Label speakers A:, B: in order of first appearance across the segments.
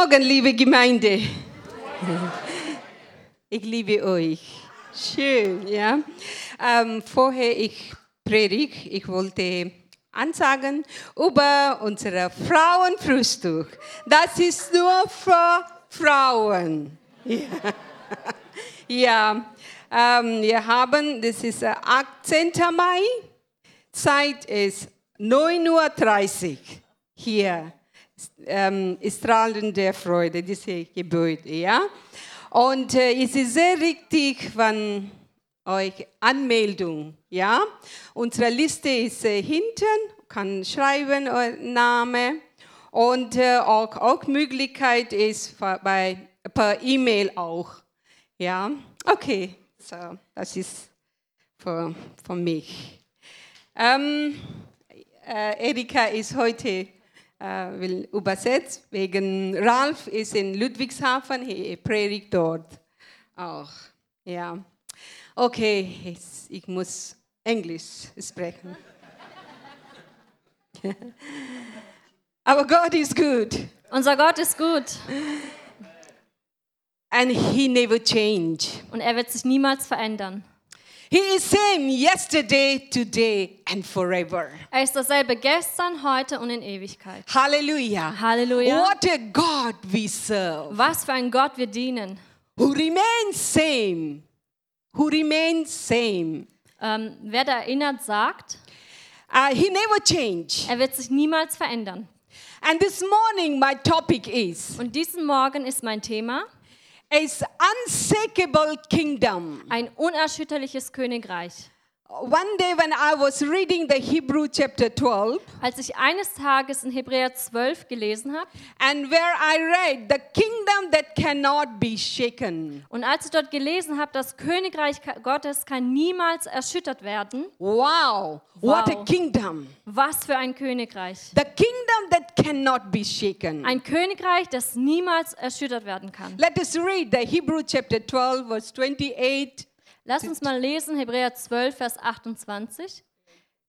A: Morgen, liebe Gemeinde. Ich liebe euch. Schön, ja. Ähm, vorher ich predige, ich wollte ansagen über unser Frauenfrühstück. Das ist nur für Frauen. Ja, ja. Ähm, wir haben, das ist äh, 18. Mai, Zeit ist 9.30 Uhr hier ähm, Strahlen der Freude, diese Gebäude, ja. Und äh, es ist sehr richtig, wenn euch Anmeldung, ja. Unsere Liste ist äh, hinten, kann schreiben euren Namen und äh, auch, auch Möglichkeit ist ver- bei, per E-Mail auch, ja. Okay, so das ist für, für mich. Ähm, äh, Erika ist heute äh, will übersetzt wegen Ralf ist in Ludwigshafen, er predigt dort auch. Ja, okay, jetzt, ich muss Englisch sprechen. Aber Gott ist gut
B: Unser Gott ist gut
A: and He never change.
B: und er wird sich niemals verändern.
A: He is same yesterday, today and forever.
B: Er ist dasselbe gestern, heute und in Ewigkeit.
A: Hallelujah.
B: Halleluja.
A: What a God we serve.
B: Was für ein Gott wir dienen.
A: Who remains same. Who remains same.
B: Ähm, wer da erinnert, sagt,
A: Uh, he never changed.
B: er wird sich niemals verändern.
A: And this morning, my topic is
B: Und diesen Morgen ist mein Thema
A: is unshakable kingdom.
B: ein unerschütterliches Königreich.
A: One day, when I was reading the Hebrew chapter 12,
B: Als ich eines Tages in Hebräer 12 gelesen habe
A: and where I read the kingdom that cannot be shaken,
B: und als ich dort gelesen habe, das Königreich Ka- Gottes kann niemals erschüttert werden,
A: wow, what a
B: Wow.
A: kingdom!
B: was für ein Königreich.
A: The kingdom that cannot be shaken.
B: Ein Königreich, das niemals erschüttert werden kann.
A: Let us read the Hebrew chapter 12, verse 28.
B: Lass uns mal lesen, Hebräer 12, Vers 28.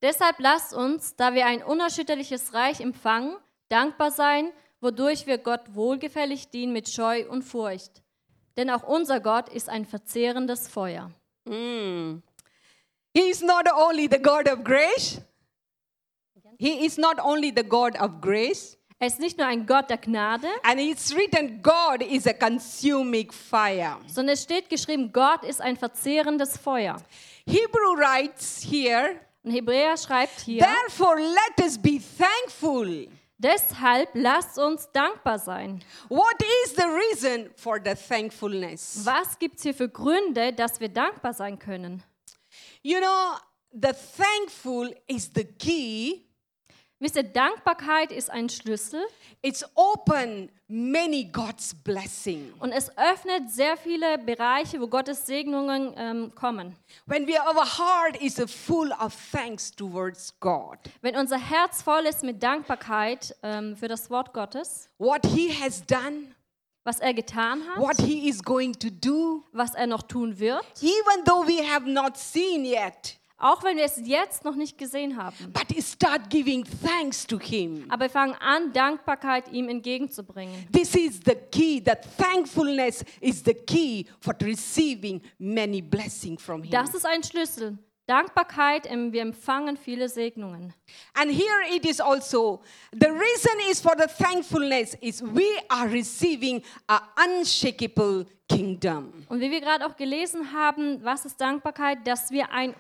B: Deshalb lasst uns, da wir ein unerschütterliches Reich empfangen, dankbar sein, wodurch wir Gott wohlgefällig dienen mit Scheu und Furcht. Denn auch unser Gott ist ein verzehrendes Feuer.
A: He is not only the God of grace. He is not only the God of grace.
B: Er ist nicht nur ein Gott der Gnade,
A: And it's written, God is a consuming fire.
B: sondern es steht geschrieben, Gott ist ein verzehrendes Feuer.
A: Hebrew writes here,
B: Und Hebräer schreibt hier,
A: therefore let us be thankful.
B: deshalb lasst uns dankbar sein.
A: What is the reason for the thankfulness?
B: Was gibt es hier für Gründe, dass wir dankbar sein können?
A: You know, the thankful is the key.
B: Wisst ihr, Dankbarkeit ist ein Schlüssel
A: It's open many God's blessing.
B: und es öffnet sehr viele Bereiche, wo Gottes Segnungen ähm, kommen.
A: When we, our heart is full of thanks towards God,
B: Wenn unser Herz voll ist mit Dankbarkeit ähm, für das Wort Gottes,
A: what He has done,
B: was er getan hat,
A: what He is going to do,
B: was er noch tun wird,
A: even though we have not seen yet.
B: auch wenn wir es jetzt noch nicht gesehen haben.
A: but start giving thanks to him
B: Aber wir fangen an, Dankbarkeit ihm entgegenzubringen.
A: this is the key that thankfulness is the key for receiving many blessings from him
B: Das ist ein Schlüssel. Dankbarkeit, ähm, wir empfangen viele Segnungen.
A: and here it is also the reason is for the thankfulness is we are receiving an unshakable kingdom
B: Und wie wir gerade auch gelesen haben, was ist Dankbarkeit? Dass wir ein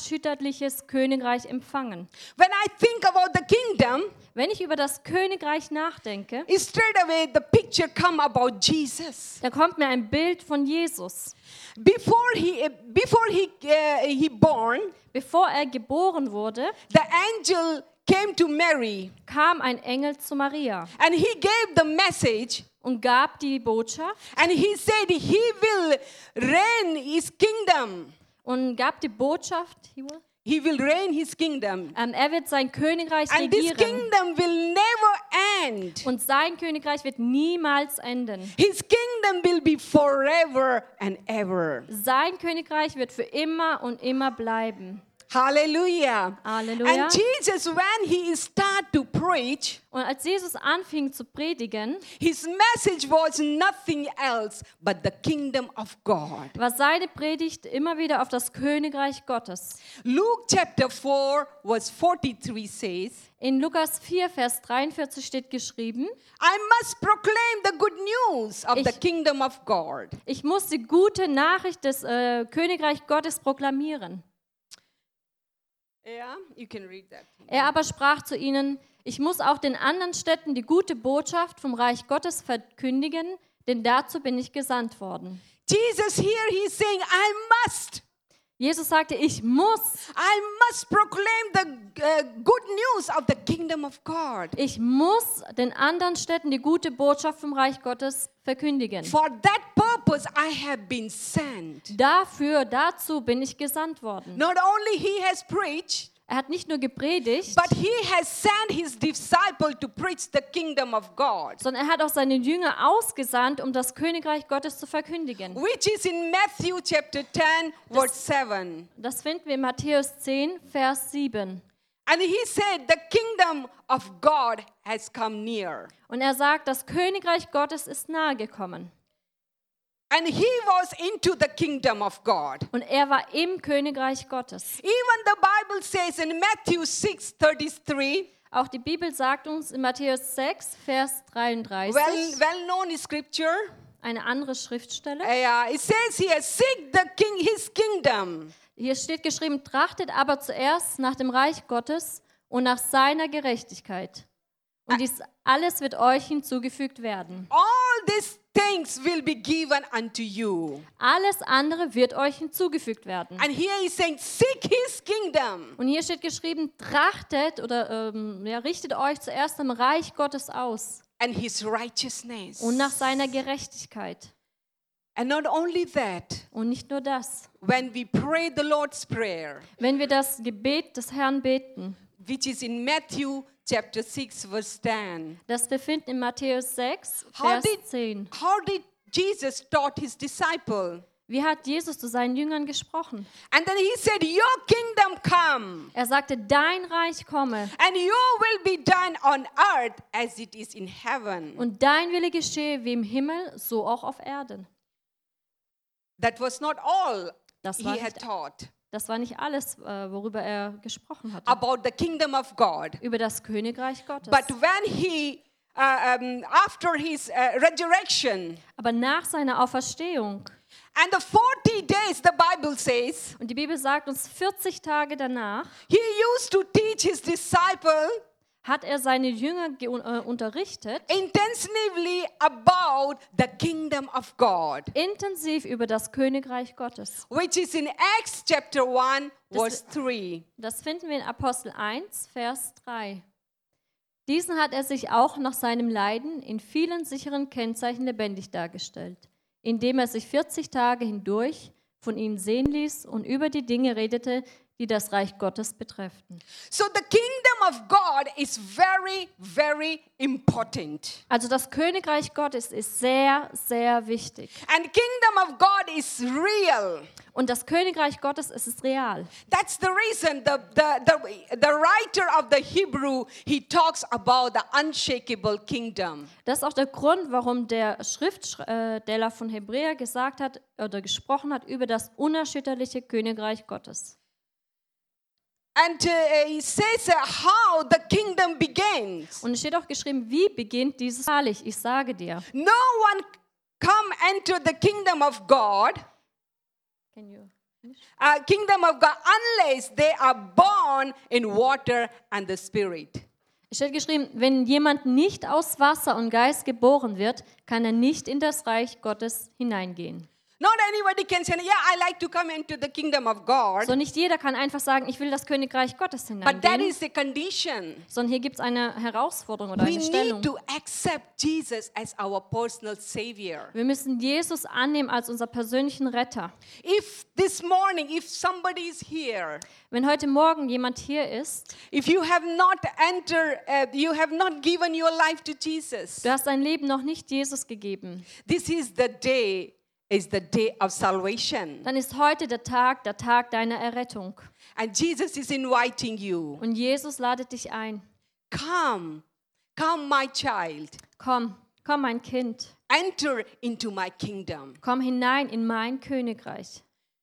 B: unerschütterliches Königreich empfangen.
A: when i think about the kingdom
B: Wenn ich über das Königreich nachdenke,
A: straight away the picture come about jesus
B: da kommt mir ein Bild von Jesus.
A: before he before he uh, he born
B: Bevor er geboren wurde,
A: the angel came to mary
B: kam ein Engel zu Maria
A: and he gave the message
B: und gab die Botschaft
A: And he said he will reign his kingdom.
B: und gab die Botschaft, he will-
A: He will reign his kingdom.
B: ähm, er wird sein Königreich
A: And this
B: regieren
A: kingdom will never end.
B: und sein Königreich wird niemals enden.
A: His kingdom will be forever and ever.
B: Sein Königreich wird für immer und immer bleiben.
A: Hallelujah.
B: Halleluja.
A: And Jesus, when he started to preach,
B: Und als Jesus anfing zu predigen,
A: his message was nothing else but the kingdom of God.
B: war seine Predigt immer wieder auf das Königreich Gottes.
A: Luke chapter 4, verse 43 says,
B: In Lukas 4, Vers 43 steht geschrieben,
A: I must proclaim the good news of the
B: Ich-
A: kingdom of God.
B: ich muss die gute Nachricht des äh, Königreich Gottes proklamieren.
A: Yeah, you can read that.
B: Er aber sprach zu ihnen, ich muss auch den anderen Städten die gute Botschaft vom Reich Gottes verkündigen, denn dazu bin ich gesandt worden.
A: Jesus here he's saying, I must,
B: Jesus sagte, ich muss,
A: I must proclaim the uh, good news of the kingdom of God.
B: ich muss den anderen Städten die gute Botschaft vom Reich Gottes verkündigen.
A: For that purpose I have been sent.
B: Dafür, dazu bin ich gesandt worden.
A: Not only he has preached,
B: Er hat nicht nur gepredigt,
A: but he has sent his disciple to preach the kingdom of God,
B: sondern er hat auch seine Jünger ausgesandt, um das Königreich Gottes zu verkündigen.
A: which is in Matthew chapter 10 verse 7.
B: Das finden wir in Matthäus 10, Vers 7.
A: And he said, "The kingdom of God has come near."
B: Und er sagt, das Königreich Gottes ist nahegekommen.
A: And he was into the kingdom of God.
B: Und er war im Königreich Gottes.
A: Even the Bible says in Matthew 6:33,
B: Auch die Bibel sagt uns in Matthäus 6, Vers 33,
A: well well known scripture,
B: eine andere Schriftstelle.
A: yeah, it says here, "Seek the king his kingdom."
B: Hier steht geschrieben, trachtet aber zuerst nach dem Reich Gottes und nach seiner Gerechtigkeit. Und dies alles wird euch hinzugefügt werden.
A: All these things will be given unto you.
B: Alles andere wird euch hinzugefügt werden.
A: And here he's saying, "Seek his kingdom."
B: Und hier steht geschrieben, trachtet oder ähm, ja, richtet euch zuerst am Reich Gottes aus
A: and his righteousness.
B: und nach seiner Gerechtigkeit.
A: And not only that,
B: Und nicht nur das.
A: when we pray the Lord's Prayer,
B: Wenn wir das Gebet des Herrn beten,
A: which is in Matthew chapter 6, verse 10,
B: das wir finden in Matthäus 6,
A: how
B: Vers
A: did,
B: 10.
A: how did Jesus taught his disciple?
B: Wie hat Jesus zu seinen Jüngern gesprochen?
A: And then he said, Your kingdom come,
B: Er sagte, dein Reich komme
A: and your will be done on earth as it is in heaven.
B: und dein Wille geschehe wie im Himmel, so auch auf Erden.
A: That was not all
B: Das war
A: he had
B: nicht-
A: taught
B: Das war nicht alles, äh, worüber er gesprochen hatte.
A: about the kingdom of God.
B: über das Königreich Gottes.
A: But when he, uh, um, after his uh, resurrection,
B: Aber nach seiner Auferstehung
A: And the 40 days, the Bible says,
B: Und die Bibel sagt uns, 40 Tage danach
A: he used to teach his disciple
B: hat er seine Jünger ge- äh, unterrichtet,
A: intensively about the kingdom of God,
B: intensiv über das Königreich Gottes.
A: which is in Acts chapter 1, verse 3.
B: Das finden wir in Apostel 1, Vers 3. Diesen hat er sich auch nach seinem Leiden in vielen sicheren Kennzeichen lebendig dargestellt, indem er sich 40 Tage hindurch von ihnen sehen ließ und über die Dinge redete, die das Reich Gottes betrefften.
A: So the kingdom of God is very, very important.
B: Also das Königreich Gottes ist sehr, sehr wichtig.
A: And kingdom of God is real.
B: Und das Königreich Gottes es ist real.
A: That's the reason the, the, the, the writer of the Hebrew, he talks about the unshakable kingdom.
B: Das ist auch der Grund, warum der Schriftsteller von Hebräer gesagt hat oder gesprochen hat über das unerschütterliche Königreich Gottes.
A: And uh, he says uh, how the kingdom begins.
B: Und es steht auch geschrieben, wie beginnt dieses Herrlich? Ich sage dir.
A: No one come enter the kingdom of God,
B: Can you-
A: uh, kingdom of God, unless they are born in water and the Spirit.
B: Es steht geschrieben, wenn jemand nicht aus Wasser und Geist geboren wird, kann er nicht in das Reich Gottes hineingehen.
A: Not anybody can say, "Yeah, I like to come into the kingdom of God,"
B: So nicht jeder kann einfach sagen, ich will das Königreich Gottes
A: but that
B: hineingehen,
A: is the condition.
B: sondern hier gibt es eine Herausforderung oder
A: We
B: eine Stellung.
A: need to accept Jesus as our personal Savior.
B: Wir müssen Jesus annehmen als unser persönlichen Retter.
A: If this morning, if somebody is here,
B: Wenn heute Morgen jemand hier ist,
A: if you have not entered, uh, you have not given your life to Jesus,
B: du hast dein Leben noch nicht Jesus gegeben,
A: This is the day is the day of salvation.
B: dann ist heute der Tag, der Tag deiner Errettung.
A: And Jesus is inviting you
B: Und Jesus ladet dich ein.
A: come, come, my child,
B: Komm, komm mein Kind,
A: enter into my kingdom.
B: komm hinein in mein Königreich.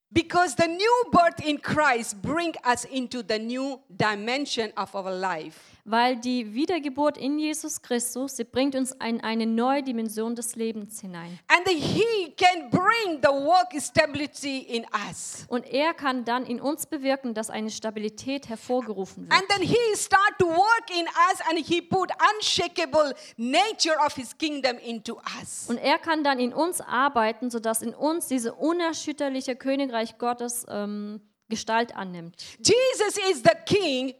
A: Because the new birth in Christ bring us into the new dimension of our life.
B: Weil die Wiedergeburt in Jesus Christus, sie bringt uns in eine neue Dimension des Lebens hinein.
A: And that He can bring the work stability in us.
B: Und er kann dann in uns bewirken, dass eine Stabilität hervorgerufen wird.
A: And then He start to work in us and He put unshakable nature of His kingdom into us.
B: Und er kann dann in uns arbeiten, sodass in uns diese unerschütterliche Königreich Gottes ähm, Gestalt annimmt.
A: Jesus is the King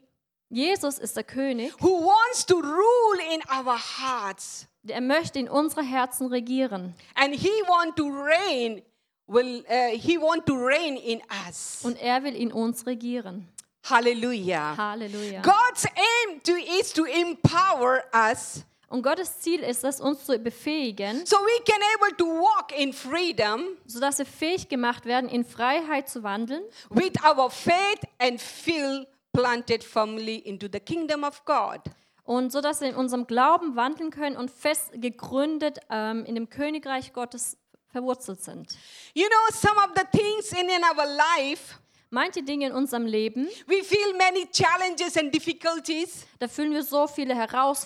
B: Jesus ist der König,
A: who wants to rule in our hearts.
B: er möchte in unsere Herzen regieren.
A: And He want to reign will uh, He want to reign in us.
B: Und er will in uns regieren.
A: Hallelujah.
B: Halleluja.
A: God's aim to, is to empower us
B: Und Gottes Ziel ist es, uns zu befähigen,
A: so we can able to walk in freedom
B: sodass wir fähig gemacht werden, in Freiheit zu wandeln,
A: with our faith and feel planted firmly into the kingdom of God.
B: Und so, dass wir in unserem Glauben wandeln können und fest gegründet ähm, in dem Königreich Gottes verwurzelt sind.
A: You know, some of the things in, in our life,
B: Manche Dinge in unserem Leben,
A: we feel many challenges and difficulties.
B: da fühlen wir so viele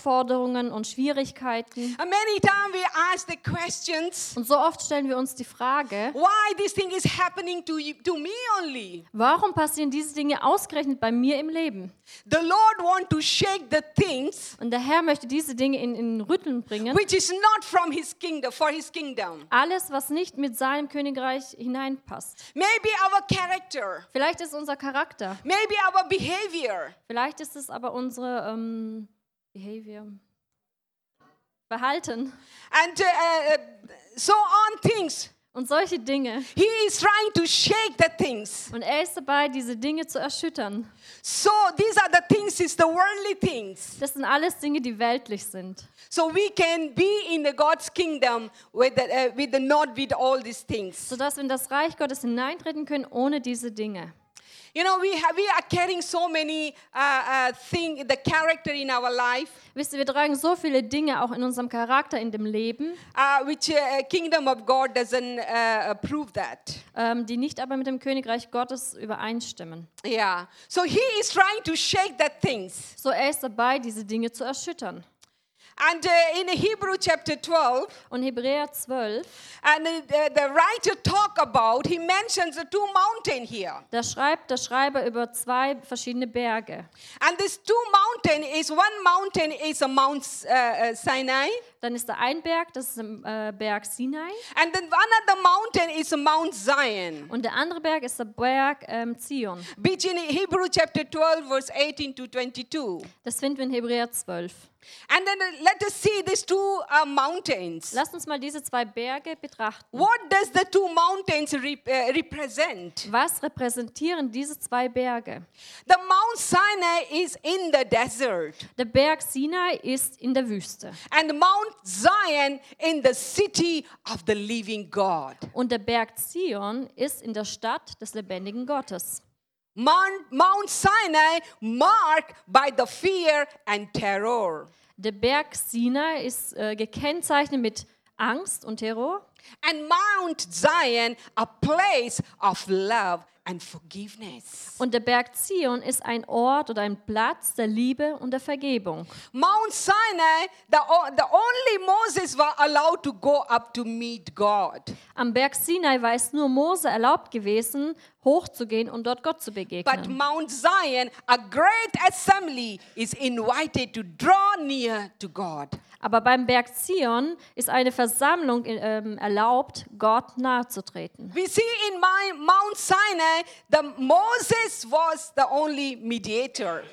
B: Herausforderungen und Schwierigkeiten.
A: And Uh, many times we ask the questions,
B: Und so oft stellen wir uns die Frage,
A: why this thing is happening to, you, to me only?
B: warum passieren diese Dinge ausgerechnet bei mir im Leben?
A: The Lord want to shake the things
B: Und der Herr möchte diese Dinge in, in Rütteln bringen.
A: which is not from his kingdom, for his kingdom.
B: Alles, was nicht mit seinem Königreich hineinpasst.
A: Maybe our character.
B: Vielleicht ist unser Charakter,
A: Maybe our behavior.
B: vielleicht ist es aber unsere ähm, Behavior, Verhalten.
A: And uh, uh, so on things.
B: und solche Dinge.
A: He is trying to shake the things.
B: Und er ist dabei, diese Dinge zu erschüttern.
A: So these are the things, is the worldly things.
B: Das sind alles Dinge, die weltlich sind.
A: So we can be in the God's kingdom with the, uh, with the not with all these things.
B: Sodass wir in das Reich Gottes hineintreten können, ohne diese Dinge.
A: You know, we have, we are carrying so many uh, uh, thing, the character in our life,
B: Wisst ihr, wir tragen so viele Dinge auch in unserem Charakter, in dem Leben,
A: uh, which uh, kingdom of God doesn't uh, approve that.
B: ähm, die nicht aber mit dem Königreich Gottes übereinstimmen.
A: Yeah. So he is trying to shake the things.
B: So er ist dabei, diese Dinge zu erschüttern.
A: And uh, in Hebrew chapter 12,
B: Und Hebräer 12,
A: and uh, the, the writer talk about, he mentions the two mountain here.
B: da schreibt der Schreiber über zwei verschiedene Berge.
A: And these two mountain is, one mountain is a Mount uh, uh, Sinai,
B: Dann ist der ein Berg, das ist der äh, Berg Sinai.
A: and then another mountain is Mount Zion,
B: Und der andere Berg ist der Berg ähm, Zion.
A: which in Hebrew chapter 12, verse 18 to 22.
B: Das finden wir in Hebräer 12.
A: And then uh, let us see these two uh, mountains.
B: Lasst uns mal diese zwei Berge betrachten.
A: What does the two mountains rep- uh, represent?
B: Was repräsentieren diese zwei Berge?
A: The Mount Sinai is in the desert.
B: Der Berg Sinai ist in der Wüste
A: and Mount Zion in the city of the living God.
B: und der Berg Zion ist in der Stadt des lebendigen Gottes.
A: Mount, Mount Sinai marked by the fear and terror.
B: Der Berg Sinai ist äh, gekennzeichnet mit Angst und Terror
A: And Mount Zion, a place of love and forgiveness.
B: und der Berg Zion ist ein Ort oder ein Platz der Liebe und der Vergebung.
A: Mount Sinai, the, o- the only Moses were allowed to go up to meet God.
B: Am Berg Sinai war es nur Mose erlaubt gewesen, hochzugehen und dort Gott zu
A: But
B: begegnen.
A: Mount Zion, a great assembly, is invited to draw near to God.
B: Aber beim Berg Zion ist eine Versammlung ähm, erlaubt, Gott nahezutreten.
A: We see in my Mount Sinai, the Moses was the only mediator.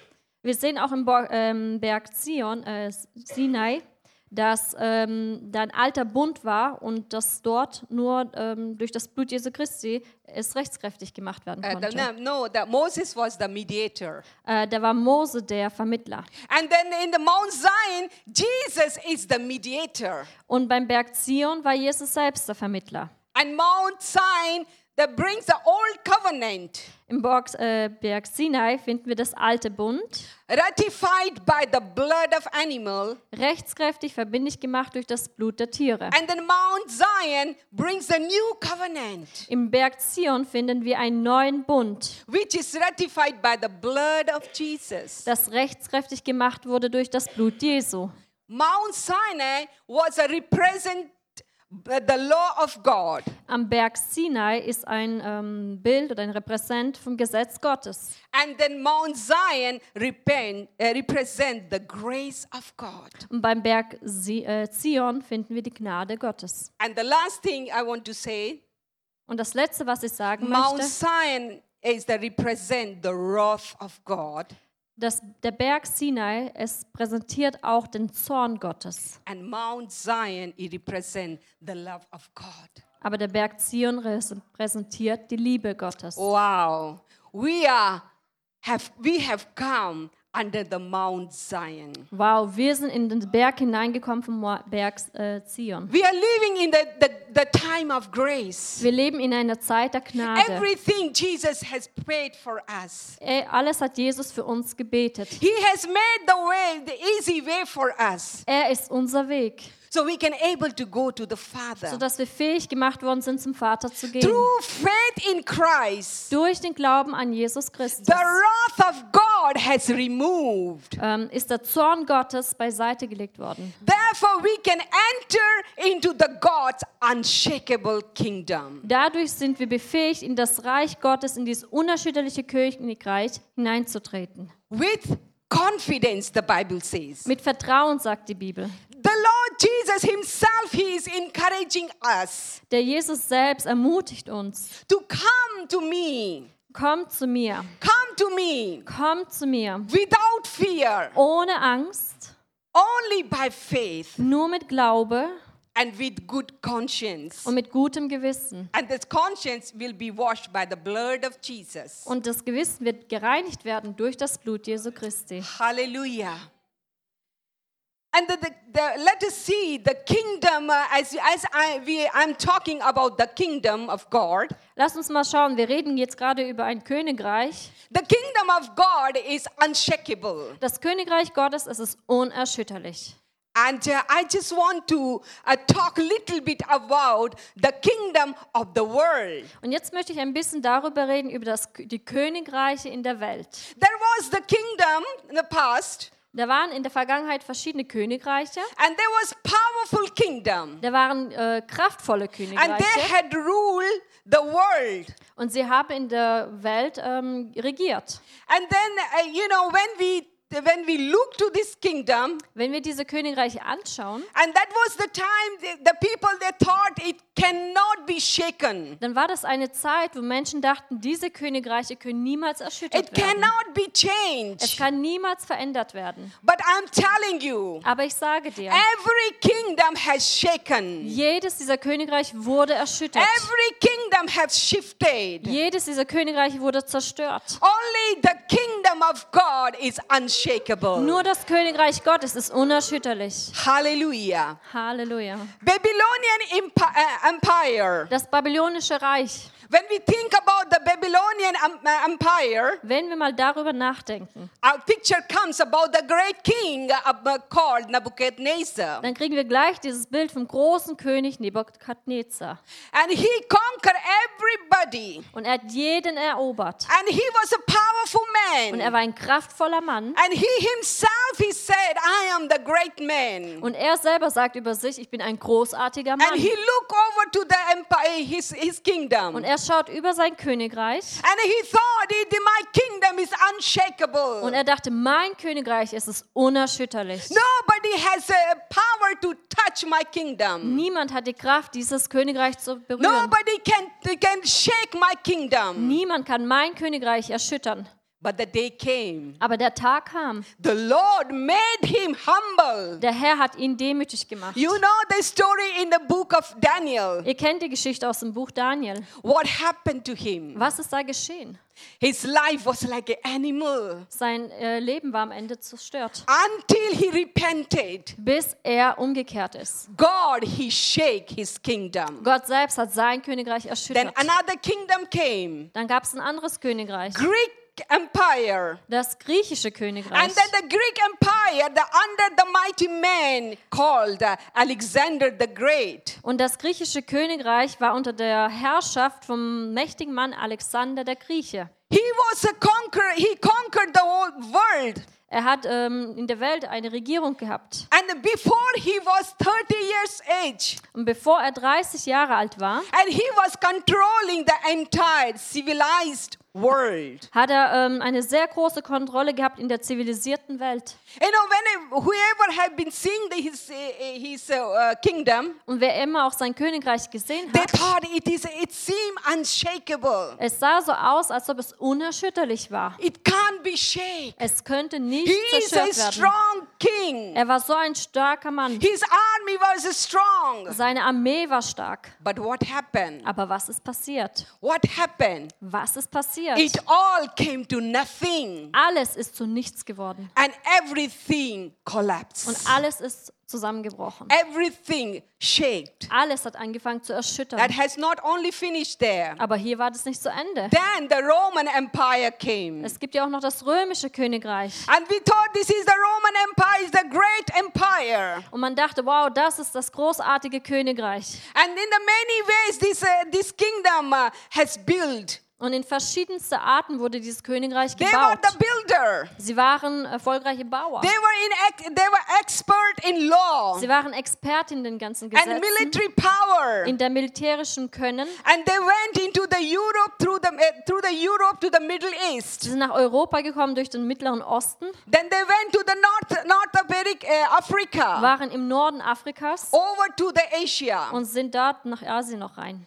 B: Wir sehen auch im Bo ähm, Berg Zion, äh, Sinai, dass ähm, da ein alter Bund war und dass dort nur ähm, durch das Blut Jesu Christi es rechtskräftig gemacht werden
A: Uh, the-
B: konnte.
A: no, no, the Moses was the mediator.
B: Äh, da war Mose der Vermittler.
A: And then in the Mount Zion, Jesus is the mediator.
B: Und beim Berg Zion war Jesus selbst der Vermittler.
A: and Mount Sinai that brings the old covenant
B: Im Borg, äh, Berg Sinai finden wir das alte Bund,
A: ratified by the blood of animal
B: rechtskräftig verbindlich gemacht durch das Blut der Tiere.
A: and then Mount Zion brings the new covenant
B: Im Berg Zion finden wir einen neuen Bund,
A: which is ratified by the blood of Jesus.
B: das rechtskräftig gemacht wurde durch das Blut Jesu.
A: Mount Sinai was a represent uh, the law of God
B: Am Berg Sinai ist ein ähm, Bild oder ein Repräsent vom Gesetz Gottes.
A: and then Mount Zion repent, uh, represent the grace of God.
B: Und beim Berg Si- äh, Zion finden wir die Gnade Gottes.
A: And the last thing I want to say,
B: Und das Letzte, was ich sagen
A: Mount
B: möchte,
A: Zion is the represent the wrath of God
B: dass der Berg Sinai, es präsentiert auch den Zorn Gottes.
A: and Mount Zion it represent the love of God.
B: Aber der Berg Zion repräsentiert die Liebe Gottes.
A: Oh. Wow. We are have we have come under the Mount Zion.
B: Wow, wir sind in den Berg hineingekommen vom Mo- Berg äh, Zion.
A: We are living in the, the, the time of grace.
B: Wir leben in einer Zeit der Gnade.
A: Everything Jesus has paid for us.
B: Äh, Alles hat Jesus für uns gebetet.
A: He has made the way, the easy way for us,
B: Er ist unser Weg,
A: so we can able to go to the Father.
B: sodass wir fähig gemacht worden sind, zum Vater zu gehen.
A: Through faith in Christ,
B: Durch den Glauben an Jesus Christus
A: the wrath of God has removed.
B: ähm, ist der Zorn Gottes beiseite gelegt worden.
A: Therefore, we can enter into the God's unshakable kingdom.
B: Dadurch sind wir befähigt, in das Reich Gottes, in dieses unerschütterliche Königreich hineinzutreten.
A: With confidence, the Bible says.
B: Mit Vertrauen, sagt die Bibel.
A: The Lord Jesus Himself, He is encouraging us.
B: Der Jesus selbst ermutigt uns.
A: to come to me.
B: Kommt zu mir,
A: Come to me
B: kommt zu mir.
A: without fear,
B: Ohne Angst,
A: only by faith
B: nur mit Glaube
A: and with good conscience.
B: und mit gutem Gewissen.
A: And this conscience will be washed by the blood of Jesus.
B: Und das Gewissen wird gereinigt werden durch das Blut Jesu Christi.
A: Hallelujah. And the, the, the, let us see the kingdom uh, as, as I, we, I'm talking about the kingdom of God.
B: Lass uns mal schauen, wir reden jetzt gerade über ein Königreich.
A: The kingdom of God is unshakable.
B: Das Königreich Gottes, es ist unerschütterlich.
A: And uh, I just want to uh, talk a little bit about the kingdom of the world.
B: Und jetzt möchte ich ein bisschen darüber reden, über das, die Königreiche in der Welt.
A: There was the kingdom in the past,
B: Da waren in der Vergangenheit verschiedene Königreiche.
A: and there was powerful kingdom,
B: Da waren äh, kraftvolle
A: and they
B: Königreiche.
A: had ruled the world.
B: Und sie haben in der Welt ähm, regiert.
A: And then, uh, you know, when we when we look to this kingdom,
B: Wenn wir diese Königreiche anschauen,
A: and that was the time the, the people they thought it cannot be shaken.
B: dann war das eine Zeit, wo Menschen dachten, diese Königreiche können niemals
A: It
B: erschüttert werden.
A: cannot be
B: Es
A: changed.
B: kann niemals verändert werden.
A: But I'm telling you,
B: Aber ich sage dir,
A: every kingdom has shaken.
B: jedes dieser Königreiche wurde erschüttert.
A: Every kingdom has shifted.
B: Jedes dieser Königreiche wurde zerstört.
A: Only the kingdom of God is unshakable.
B: Nur das Königreich Gottes ist unerschütterlich.
A: Hallelujah.
B: Halleluja.
A: Babylonian empi- uh, Empire.
B: Das babylonische Reich,
A: When we think about the Babylonian um, uh, Empire,
B: wenn wir mal darüber nachdenken,
A: our picture comes about the great king uh, uh, called Nebuchadnezzar.
B: dann kriegen wir gleich dieses Bild vom großen König Nebukadnezar.
A: And he conquered everybody.
B: Und er hat jeden erobert.
A: And he was a powerful
B: Und
A: man.
B: er war ein kraftvoller Mann.
A: And he himself, he said, I am the great man.
B: Und er selber sagt über sich, ich bin ein großartiger
A: And he
B: Mann.
A: looked over to the empire, his, his kingdom.
B: Und er schaut über sein Königreich.
A: And he thought, it, my kingdom is unshakable.
B: Und er dachte, mein Königreich es ist unerschütterlich.
A: Nobody has a power to touch my kingdom.
B: Niemand hat die Kraft, dieses Königreich zu berühren.
A: Nobody can, can shake my kingdom.
B: Mm. Niemand kann mein Königreich erschüttern.
A: But the day came.
B: Aber der Tag kam.
A: The Lord made him humble.
B: Der Herr hat ihn demütig gemacht.
A: You know the story in the book of Daniel.
B: Ihr kennt die Geschichte aus dem Buch Daniel.
A: What happened to him?
B: Was ist da geschehen?
A: His life was like an animal
B: Sein äh, Leben war am Ende zerstört,
A: until he repented.
B: bis er umgekehrt ist.
A: God, he shake his kingdom.
B: Gott selbst hat sein Königreich
A: Then
B: erschüttert.
A: another kingdom came,
B: Dann gab es ein anderes Königreich,
A: Greek empire.
B: das griechische
A: And
B: Königreich.
A: then the Greek empire, the under the mighty man called uh, Alexander the Great.
B: Und das griechische Königreich war unter der Herrschaft vom mächtigen Mann Alexander der Grieche.
A: He was a conqueror. He conquered the whole world.
B: Er hat ähm, in der Welt eine Regierung gehabt.
A: And before he was 30 years age,
B: Und bevor er 30 Jahre alt war,
A: and he was controlling the entire civilized world.
B: hat er ähm, eine sehr große Kontrolle gehabt in der zivilisierten Welt.
A: You know, when whoever have been seeing the, his uh, uh, his uh, uh, kingdom,
B: Und wer immer auch sein Königreich gesehen
A: they
B: hat,
A: thought it is it seemed unshakable.
B: es sah so aus, als ob es unerschütterlich war.
A: It can't be shaken.
B: Es könnte nicht
A: He is a
B: zerstört werden.
A: strong king.
B: Er war so ein starker Mann.
A: His army was strong.
B: Seine Armee war stark.
A: But what happened?
B: Aber was ist passiert?
A: What happened?
B: Was ist passiert?
A: It all came to nothing.
B: Alles ist zu nichts geworden.
A: And everything
B: Und
A: collapsed.
B: alles ist zusammengebrochen.
A: Everything shaked.
B: Alles hat angefangen zu erschüttern.
A: That has not only finished there.
B: Aber hier war das nicht zu Ende.
A: Then the Roman Empire came.
B: Es gibt ja auch noch das römische Königreich.
A: And we thought this is the Roman Empire, is the great empire.
B: Und man dachte, wow, das ist das großartige Königreich.
A: And in the many ways, this, uh, this kingdom uh, has built.
B: Und in verschiedenste Arten wurde dieses Königreich
A: They were
B: gebaut.
A: the builder.
B: Sie waren erfolgreiche Bauer.
A: They were in ex- they were expert in law
B: Sie waren Experten in den ganzen
A: and
B: Gesetzen,
A: military power.
B: in der militärischen Können.
A: And they went into the Europe through the eh, through the Europe to the Middle
B: Sie
A: East.
B: sind nach Europa gekommen durch den Mittleren Osten,
A: Then they went to the North North America, eh, Africa,
B: waren im Norden Afrikas
A: over to the Asia.
B: und sind dort nach Asien noch rein.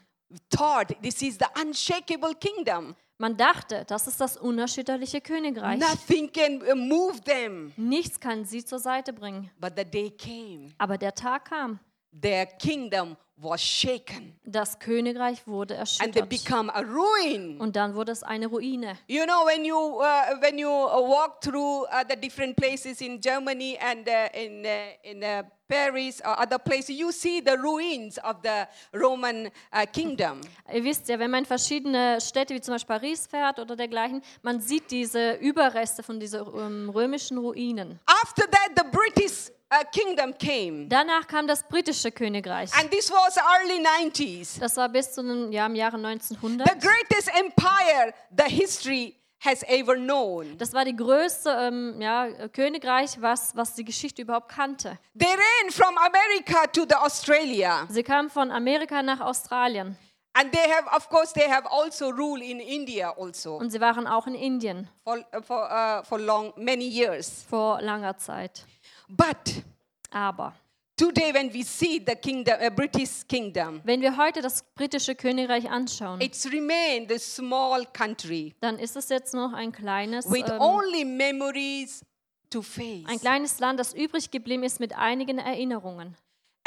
A: Thought this is the unshakable kingdom.
B: Man dachte, das ist das unerschütterliche Königreich.
A: Nothing can eh, move them.
B: Nichts kann sie zur Seite bringen.
A: But the day came,
B: Aber der Tag kam.
A: their kingdom was shaken,
B: Das Königreich wurde
A: and they
B: erschüttert.
A: become a ruin.
B: Und dann wurde es eine Ruine.
A: You know, when you uh, when you uh, walk through uh, the different places in Germany and uh, in uh, in uh, Paris or other places, you see the ruins of the Roman uh, kingdom.
B: Ihr wisst ja, wenn man in verschiedene Städte wie zum Beispiel Paris fährt oder dergleichen, man sieht diese Überreste von diesen ähm, römischen Ruinen.
A: After that, the British uh, kingdom came,
B: Danach kam das britische Königreich.
A: and this was early 90s.
B: Das war bis zu den, ja, im Jahre 1900.
A: The greatest empire the history has ever known.
B: Das war die größte ähm, ja, Königreich, was, was die Geschichte überhaupt kannte.
A: They ran from America to the Australia,
B: Sie kamen von Amerika nach Australien
A: and they have, of course, they have also ruled in India also
B: und sie waren auch in Indien
A: for for uh, for long many years.
B: vor langer Zeit.
A: But
B: Aber
A: today, when we see the kingdom, uh, British kingdom,
B: wenn wir heute das britische Königreich anschauen,
A: it's remained a small country
B: dann ist es jetzt noch ein kleines,
A: with
B: ähm,
A: only memories to face.
B: ein kleines Land, das übrig geblieben ist mit einigen Erinnerungen.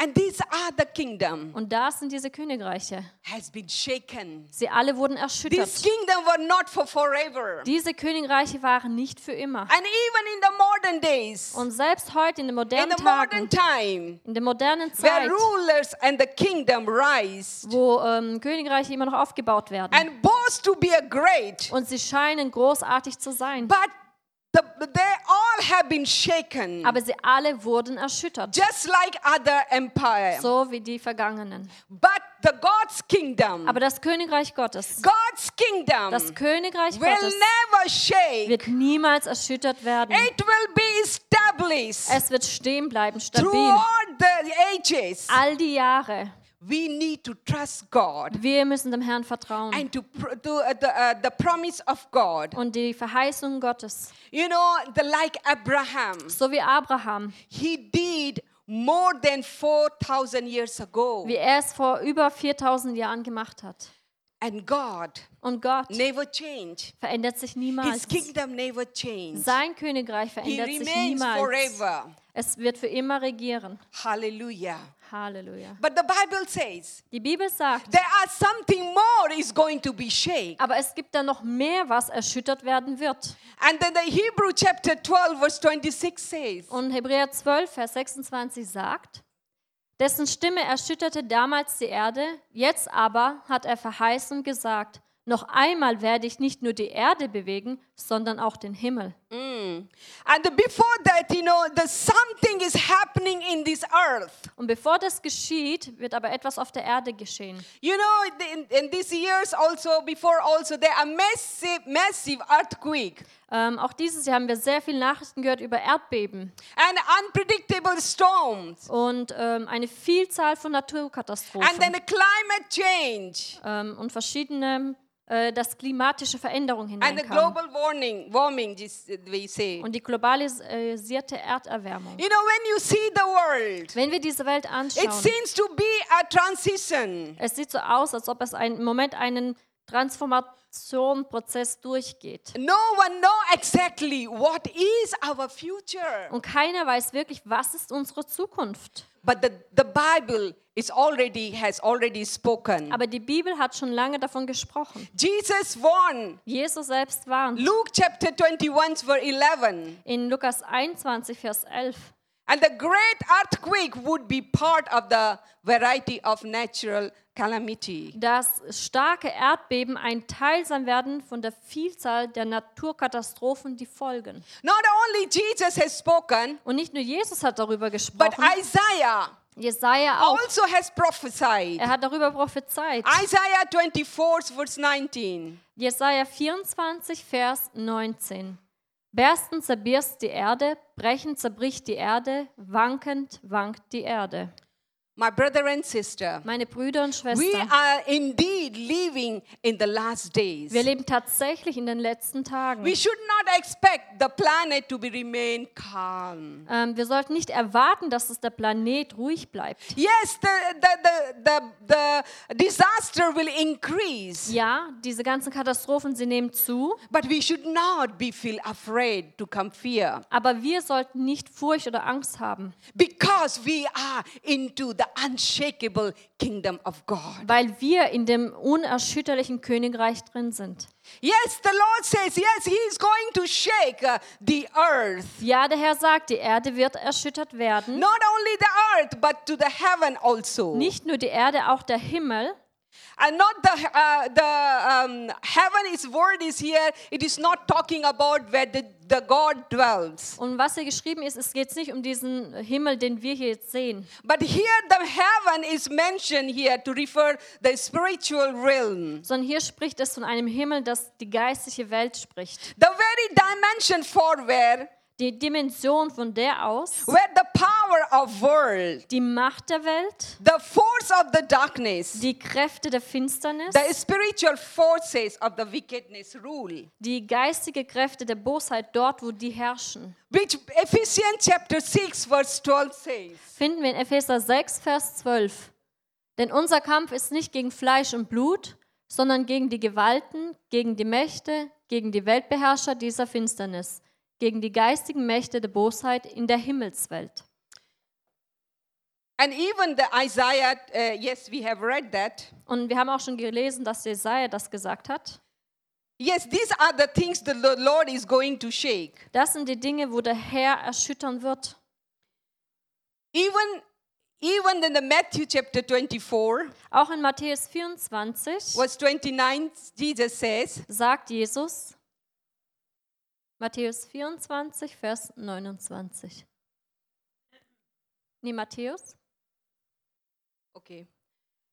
A: And these are the kingdom
B: Und da sind diese Königreiche.
A: has been shaken.
B: Sie alle wurden
A: This
B: erschüttert.
A: kingdom were not for forever.
B: Diese Königreiche waren nicht für immer.
A: And even in the modern days,
B: Und selbst heute in den
A: in
B: modernen
A: the modern
B: Tagen,
A: time,
B: in der modernen
A: where
B: Zeit,
A: rulers and the kingdom rise
B: wo ähm, Königreiche immer noch aufgebaut werden.
A: and boast to be a great,
B: Und sie scheinen großartig zu sein.
A: but the, they all have been shaken,
B: Aber sie alle wurden erschüttert,
A: just like other empire.
B: so wie die vergangenen.
A: But the God's kingdom,
B: Aber das Königreich Gottes,
A: God's kingdom
B: das Königreich
A: will
B: Gottes
A: never shake.
B: wird niemals erschüttert werden.
A: It will be established
B: Es wird stehen bleiben, stabil. Ah.
A: throughout the ages.
B: All die Jahre.
A: We need to trust God
B: Wir müssen dem Herrn vertrauen.
A: and to, pr- to uh, the, uh, the promise of God.
B: Und die Verheißung Gottes,
A: You know, the, like Abraham,
B: so wie Abraham,
A: he did more than 4,000 years ago.
B: wie er es vor über 4000 Jahren gemacht hat.
A: And God
B: Und Gott
A: never change.
B: verändert sich
A: His
B: niemals.
A: kingdom never change.
B: Sein Königreich
A: He
B: verändert sich
A: remains
B: niemals.
A: forever.
B: Es wird für immer regieren.
A: Hallelujah.
B: Halleluja.
A: But the Bible says
B: Die Bibel sagt,
A: there are something more is going to be shaken.
B: aber es gibt da noch mehr, was erschüttert werden wird.
A: And then the Hebrew chapter 12 verse 26 says,
B: Und Hebräer 12, Vers 26 sagt, dessen Stimme erschütterte damals die Erde, jetzt aber hat er verheißen und gesagt, noch einmal werde ich nicht nur die Erde bewegen, sondern auch den Himmel.
A: and before that, you know, the something is happening in this earth.
B: Und bevor das geschieht, wird aber etwas auf der Erde geschehen.
A: You know, in, in these years also, before also, there are massive, massive earthquake
B: Ähm, auch dieses Jahr haben wir sehr viele Nachrichten gehört über Erdbeben
A: and unpredictable storms,
B: und ähm, eine Vielzahl von Naturkatastrophen
A: and then the climate change
B: ähm, und verschiedene, äh, dass klimatische Veränderungen
A: and the
B: hineinkamen
A: global warning, warming, just, uh, we say.
B: und die globalisierte Erderwärmung.
A: You know, when you see the world,
B: Wenn wir diese Welt
A: it
B: anschauen,
A: seems to be a transition.
B: es sieht so aus, als ob es ein, im Moment einen Transformationprozess durchgeht.
A: No one know exactly what is our future.
B: Und keiner weiß wirklich, was ist unsere Zukunft.
A: But the, the Bible is already has already spoken.
B: Aber die Bibel hat schon lange davon gesprochen.
A: Jesus warned
B: Jesus selbst warnt
A: Luke chapter 21 verse 11
B: in Lukas 21, Vers 11.
A: and the great earthquake would be part of the variety of natural calamity.
B: dass starke Erdbeben ein Teil sein werden von der Vielzahl der Naturkatastrophen, die folgen.
A: Not only Jesus has spoken,
B: Und nicht nur Jesus hat darüber
A: but
B: gesprochen,
A: Isaiah
B: Jesaja auch.
A: also has prophesied.
B: Er hat darüber prophezeit.
A: Isaiah 24 verse 19.
B: Jesaja 24, Vers 19. Bersten zerbirst die Erde, brechen zerbricht die Erde, wankend wankt die Erde.
A: My brother and sister,
B: Meine Brüder und
A: we
B: Schwestern,
A: are indeed living in the last days.
B: wir leben tatsächlich in den letzten Tagen.
A: We should not expect the planet to be remain calm.
B: Ähm, wir sollten nicht erwarten, dass es der Planet ruhig bleibt.
A: Yes, the, the, the, the, the disaster will increase,
B: Ja, diese ganzen Katastrophen, sie nehmen zu,
A: but we should not be feel afraid to come fear
B: aber wir sollten nicht Furcht oder Angst haben,
A: because we are into the unshakable kingdom of God.
B: weil wir in dem unerschütterlichen Königreich drin sind.
A: Yes, the Lord says, yes, He is going to shake uh, the earth.
B: Ja, der Herr sagt, die Erde wird erschüttert werden.
A: Not only the earth, but to the heaven also.
B: Nicht nur die Erde, auch der Himmel.
A: And not the, uh, the um, heaven, his word is here. It is not talking about where the, the God dwells.
B: Und was hier geschrieben ist, es geht nicht um diesen Himmel, den wir hier jetzt sehen.
A: But here the heaven is mentioned here to refer the spiritual realm.
B: Sondern hier spricht es von einem Himmel, das die geistliche Welt spricht.
A: The very dimension for where,
B: Die Dimension von der aus,
A: where the power of world,
B: die Macht der Welt,
A: the force of the darkness,
B: die Kräfte der Finsternis,
A: the spiritual forces of the wickedness rule.
B: die geistige Kräfte der Bosheit dort, wo die herrschen.
A: Which Ephesians chapter 6 verse 12 says.
B: Finden wir in Epheser 6, Vers 12. Denn unser Kampf ist nicht gegen Fleisch und Blut, sondern gegen die Gewalten, gegen die Mächte, gegen die Weltbeherrscher dieser Finsternis, gegen die geistigen Mächte der Bosheit in der Himmelswelt.
A: And even the Isaiah, uh, yes, we have read that.
B: Und wir haben auch schon gelesen, dass Jesaja das gesagt hat.
A: Yes, these are the things the Lo- Lord is going to shake.
B: Das sind die Dinge, wo der Herr erschüttern wird.
A: Even even in the Matthew chapter 24,
B: Auch in Matthäus 24
A: verse 29, Jesus says,
B: sagt Jesus, Matthäus 24, Vers 29. Nee, Matthäus.
A: okay.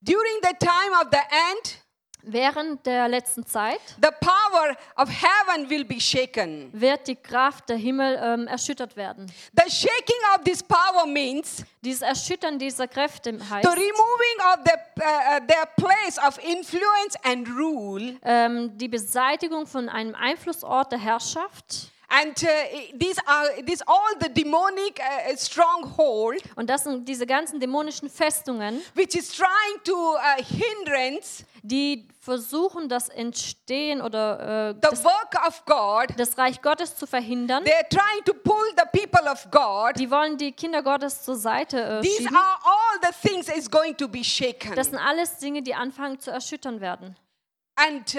A: During the time of the end,
B: Während der letzten Zeit
A: the power of heaven will be shaken.
B: wird die Kraft der Himmel ähm, erschüttert werden.
A: The shaking of this power means
B: Dieses Erschüttern dieser Kräfte heißt,
A: the removing of the, uh, uh, their place of influence and rule.
B: ähm, die Beseitigung von einem Einflussort der Herrschaft.
A: And uh, i- these are these all the demonic uh, uh, stronghold
B: Und das sind diese ganzen dämonischen Festungen,
A: which is trying to uh, hindrance
B: die versuchen, das Entstehen oder äh,
A: the
B: das,
A: work of God.
B: das Reich Gottes zu verhindern.
A: They're trying to pull the people of God.
B: Die wollen die Kinder Gottes zur Seite äh,
A: These
B: schieben.
A: are all the things is going to be shaken.
B: Das sind alles Dinge, die anfangen zu erschüttern werden.
A: And uh,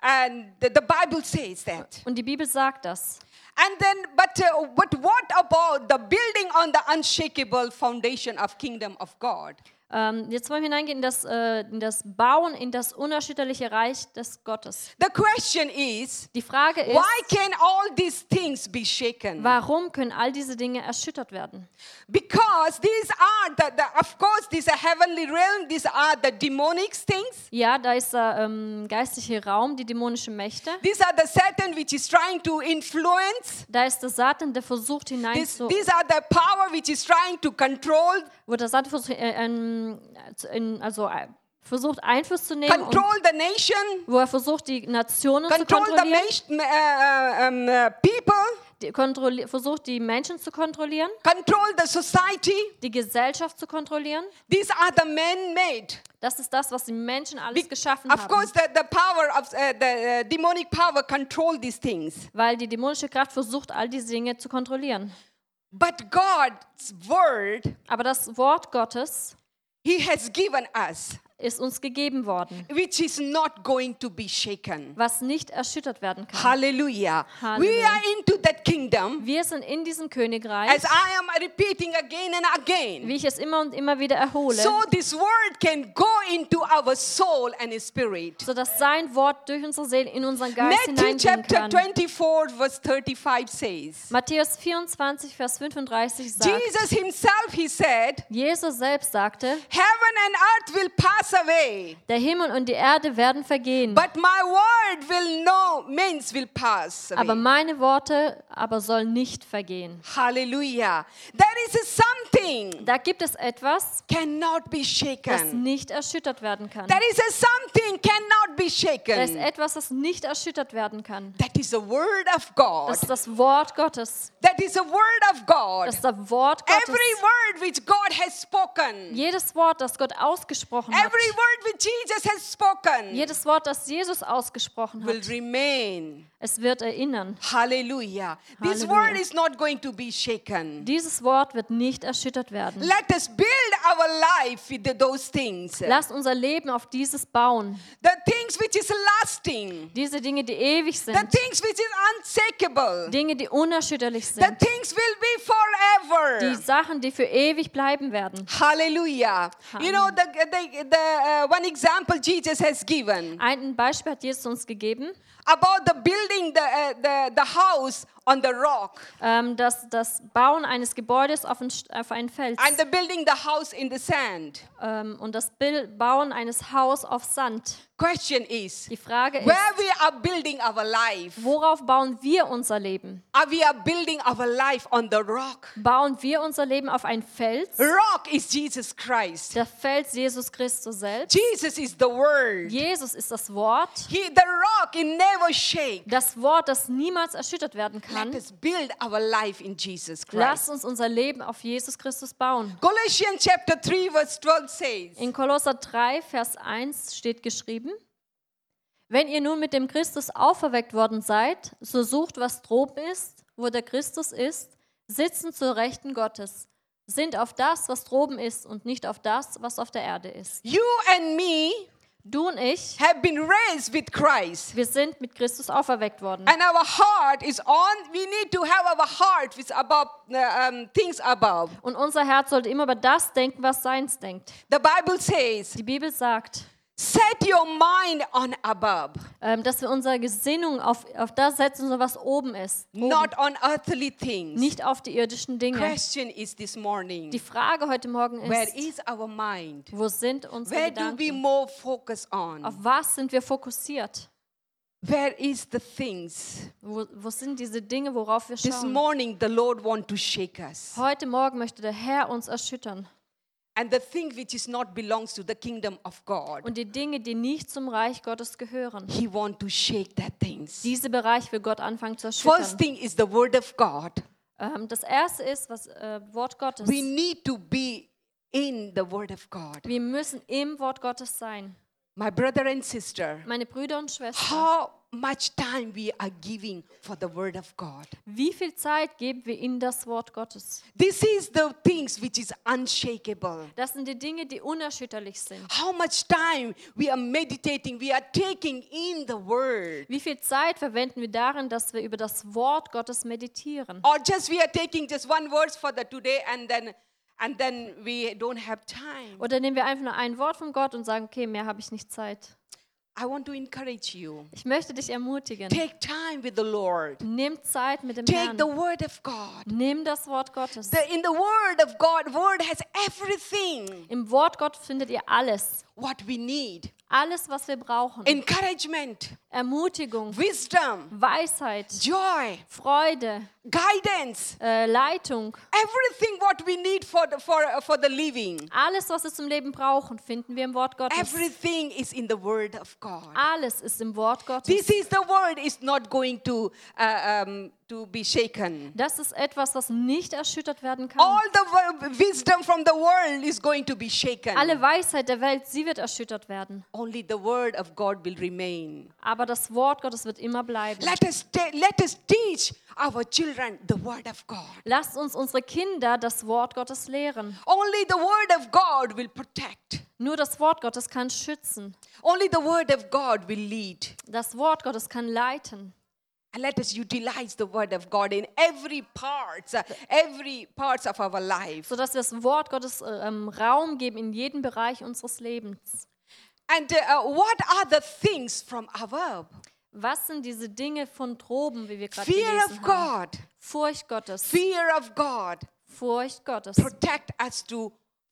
A: and the, the Bible says that.
B: Und die Bibel sagt das.
A: And then, but uh, but what about the building on the unshakable foundation of kingdom of God?
B: Ähm, jetzt wollen wir hineingehen in das, äh, in das Bauen, in das unerschütterliche Reich des Gottes.
A: The question is,
B: Die Frage ist,
A: why can all these things be shaken?
B: warum können all diese Dinge erschüttert werden?
A: Because these are the, the of course these are heavenly realm. These are the demonic things.
B: Ja, da ist der ähm, geistliche Raum, die dämonischen Mächte.
A: These are the Satan which is trying to influence.
B: Da ist der Satan, der versucht hinein
A: This,
B: zu,
A: these are the power which is trying to control
B: wo der Satan versucht, äh, ähm, zu- in, also äh, versucht Einfluss zu nehmen und
A: control the nation,
B: wo er versucht die Nationen zu
A: control the
B: kontrollieren,
A: nation, uh, uh, um, uh, people,
B: die, kontrolli versucht die Menschen zu kontrollieren,
A: control the society.
B: die Gesellschaft zu kontrollieren.
A: These are the man-made.
B: Das ist das, was die Menschen alles geschaffen
A: Of
B: haben,
A: course, the, the power of uh, the uh, demonic power control these things.
B: weil die dämonische Kraft versucht all diese Dinge zu kontrollieren.
A: But God's word,
B: Aber das Wort Gottes
A: He has given us,
B: ist uns gegeben worden,
A: which is not going to be shaken.
B: was nicht erschüttert werden kann.
A: Hallelujah. We
B: Hallelujah.
A: are into that kingdom.
B: Wir sind in diesem Königreich,
A: As I am repeating again and again.
B: wie ich es immer und immer wieder erhole,
A: So this word can go into our soul and spirit.
B: so dass sein Wort durch unsere Seele in unseren Geist
A: Matthew
B: hineingehen
A: chapter
B: kann.
A: 24 verse 35 says,
B: Matthäus 24, Vers 35 sagt,
A: Jesus himself, he said,
B: Jesus selbst sagte,
A: heaven and earth will pass away,
B: der Himmel und die Erde werden vergehen,
A: but my word will no means will pass
B: aber
A: away.
B: meine Worte aber sollen nicht vergehen.
A: Hallelujah. There is a something
B: Da gibt es etwas,
A: cannot be
B: das
A: shaken.
B: nicht erschüttert werden kann.
A: There is a something cannot be
B: Da ist
A: shaken.
B: etwas, das nicht erschüttert werden kann.
A: That is the word of God.
B: Das ist das Wort Gottes.
A: That is the word of God.
B: Das ist das Wort Gottes.
A: Every word which God has spoken,
B: Jedes Wort, das Gott ausgesprochen hat,
A: every word which Jesus has spoken
B: jedes Wort, das Jesus ausgesprochen
A: will
B: hat,
A: remain.
B: es wird erinnern.
A: Hallelujah. This
B: Hallelujah.
A: word is not going to be shaken.
B: Dieses Wort wird nicht erschüttert werden.
A: Let us build our life with those things. The
B: Lass unser Leben auf dieses bauen.
A: things which is lasting.
B: Diese Dinge, die ewig
A: The
B: sind.
A: things which is unshakable.
B: Dinge, die unerschütterlich
A: The
B: sind.
A: things will be
B: Die
A: forever.
B: Sachen, die für ewig bleiben werden.
A: Hallelujah. You know, the, the, the uh, one example Jesus has given
B: Ein Beispiel hat Jesus uns gegeben,
A: about the building the, uh, the, the house on the rock
B: ähm, dass das Bauen eines Gebäudes auf ein, St- auf ein Fels
A: and the building the house in the sand.
B: ähm, und das Bil- Bauen eines Haus auf Sand.
A: Question is,
B: Die Frage ist,
A: where we are building our life,
B: worauf bauen wir unser Leben?
A: are we are building our life on the rock?
B: Bauen wir unser Leben auf ein Fels?
A: Rock is Jesus Christ.
B: Der Fels Jesus Christus selbst.
A: Jesus is the word.
B: Jesus ist das Wort.
A: He, the rock, it never shake.
B: Das Wort, das niemals erschüttert werden
A: Let
B: kann.
A: us build our life in Jesus Christ.
B: Lasst uns unser Leben auf Jesus Christus bauen.
A: Colossians chapter 3 verse 12 says,
B: In Kolosser 3, Vers 1 steht geschrieben, Wenn ihr nun mit dem Christus auferweckt worden seid, so sucht, was droben ist, wo der Christus ist, sitzen zur Rechten Gottes, sind auf das, was droben ist und nicht auf das, was auf der Erde ist.
A: you and me
B: Du und ich,
A: have been raised with Christ.
B: wir sind mit Christus auferweckt worden.
A: And our heart is on, we need to have our heart with above, uh, um, things above.
B: Und unser Herz sollte immer über das denken, was seins denkt.
A: The Bible says,
B: Die Bibel sagt,
A: set your mind on above,
B: ähm, dass wir unsere Gesinnung auf, auf das setzen, so was oben ist. Oben,
A: not on earthly things.
B: nicht auf die irdischen Dinge.
A: Question is this morning,
B: Die Frage heute Morgen
A: where is
B: ist,
A: our mind?
B: wo sind unsere
A: Where do we
B: Gedanken?
A: more focus on?
B: Auf was sind wir fokussiert?
A: Where is the things?
B: Wo, wo sind diese Dinge, worauf wir
A: This
B: schauen?
A: morning the Lord want to shake us.
B: Heute Morgen möchte der Herr uns erschüttern.
A: And the thing which is not belongs to the kingdom of God,
B: Und die Dinge, die nicht zum Reich Gottes gehören,
A: he want to shake that things.
B: diese Bereich will Gott anfangen zu
A: First
B: erschüttern.
A: thing is the word of God.
B: Ähm, das erste ist, was äh, Wort Gottes.
A: We need to be in the word of God.
B: Wir müssen im Wort Gottes sein.
A: my brother and sister,
B: meine Brüder und Schwestern,
A: how much time we are giving for the word of God.
B: wie viel Zeit geben wir ihnen das Wort Gottes?
A: This is the things which is unshakable.
B: Das sind die Dinge, die unerschütterlich sind.
A: How much time we are meditating, we are taking in the word.
B: Wie viel Zeit verwenden wir darin, dass wir über das Wort Gottes meditieren?
A: Or just we are taking just one verse for the today and then and then we don't have time.
B: Oder nehmen wir einfach nur ein Wort von Gott und sagen, okay, mehr habe ich nicht Zeit.
A: I want to encourage you.
B: Ich möchte dich ermutigen.
A: Take time with the Lord.
B: Nimm Zeit mit dem
A: Take the
B: Herrn.
A: word of God.
B: Nimm das Wort Gottes.
A: The, in the word of God, word has everything
B: Im Wort Gott findet ihr alles.
A: what we need.
B: Alles, was wir brauchen.
A: Encouragement,
B: Ermutigung,
A: wisdom,
B: Weisheit,
A: joy,
B: Freude,
A: guidance,
B: äh, Leitung.
A: everything what we need for the, for, for the living.
B: Alles, was wir zum Leben brauchen, finden wir im Wort Gottes.
A: Everything is in the word of God.
B: Alles ist im Wort Gottes.
A: This is the word is not going to uh, um, to be shaken.
B: Das ist etwas, was nicht erschüttert werden kann.
A: All the wo- wisdom from the world is going to be shaken.
B: Alle Weisheit der Welt, sie wird erschüttert werden.
A: Only the word of God will remain.
B: Aber das Wort Gottes wird immer bleiben.
A: Let us ta- let us teach our children the word of God.
B: Lasst uns unsere Kinder das Wort Gottes lehren.
A: Only the word of God will protect.
B: Nur das Wort Gottes kann schützen.
A: Only the word of God will lead.
B: Das Wort Gottes kann leiten.
A: And let us utilize the word of God in every parts, uh, every parts of our life.
B: sodass wir das Wort Gottes äh, ähm, Raum geben in jedem Bereich unseres Lebens.
A: And uh, what are the things from above?
B: Was sind diese Dinge von droben, wie wir gerade
A: Fear
B: gelesen
A: of
B: haben?
A: God.
B: Furcht Gottes,
A: Fear of God
B: Furcht Gottes.
A: protect us to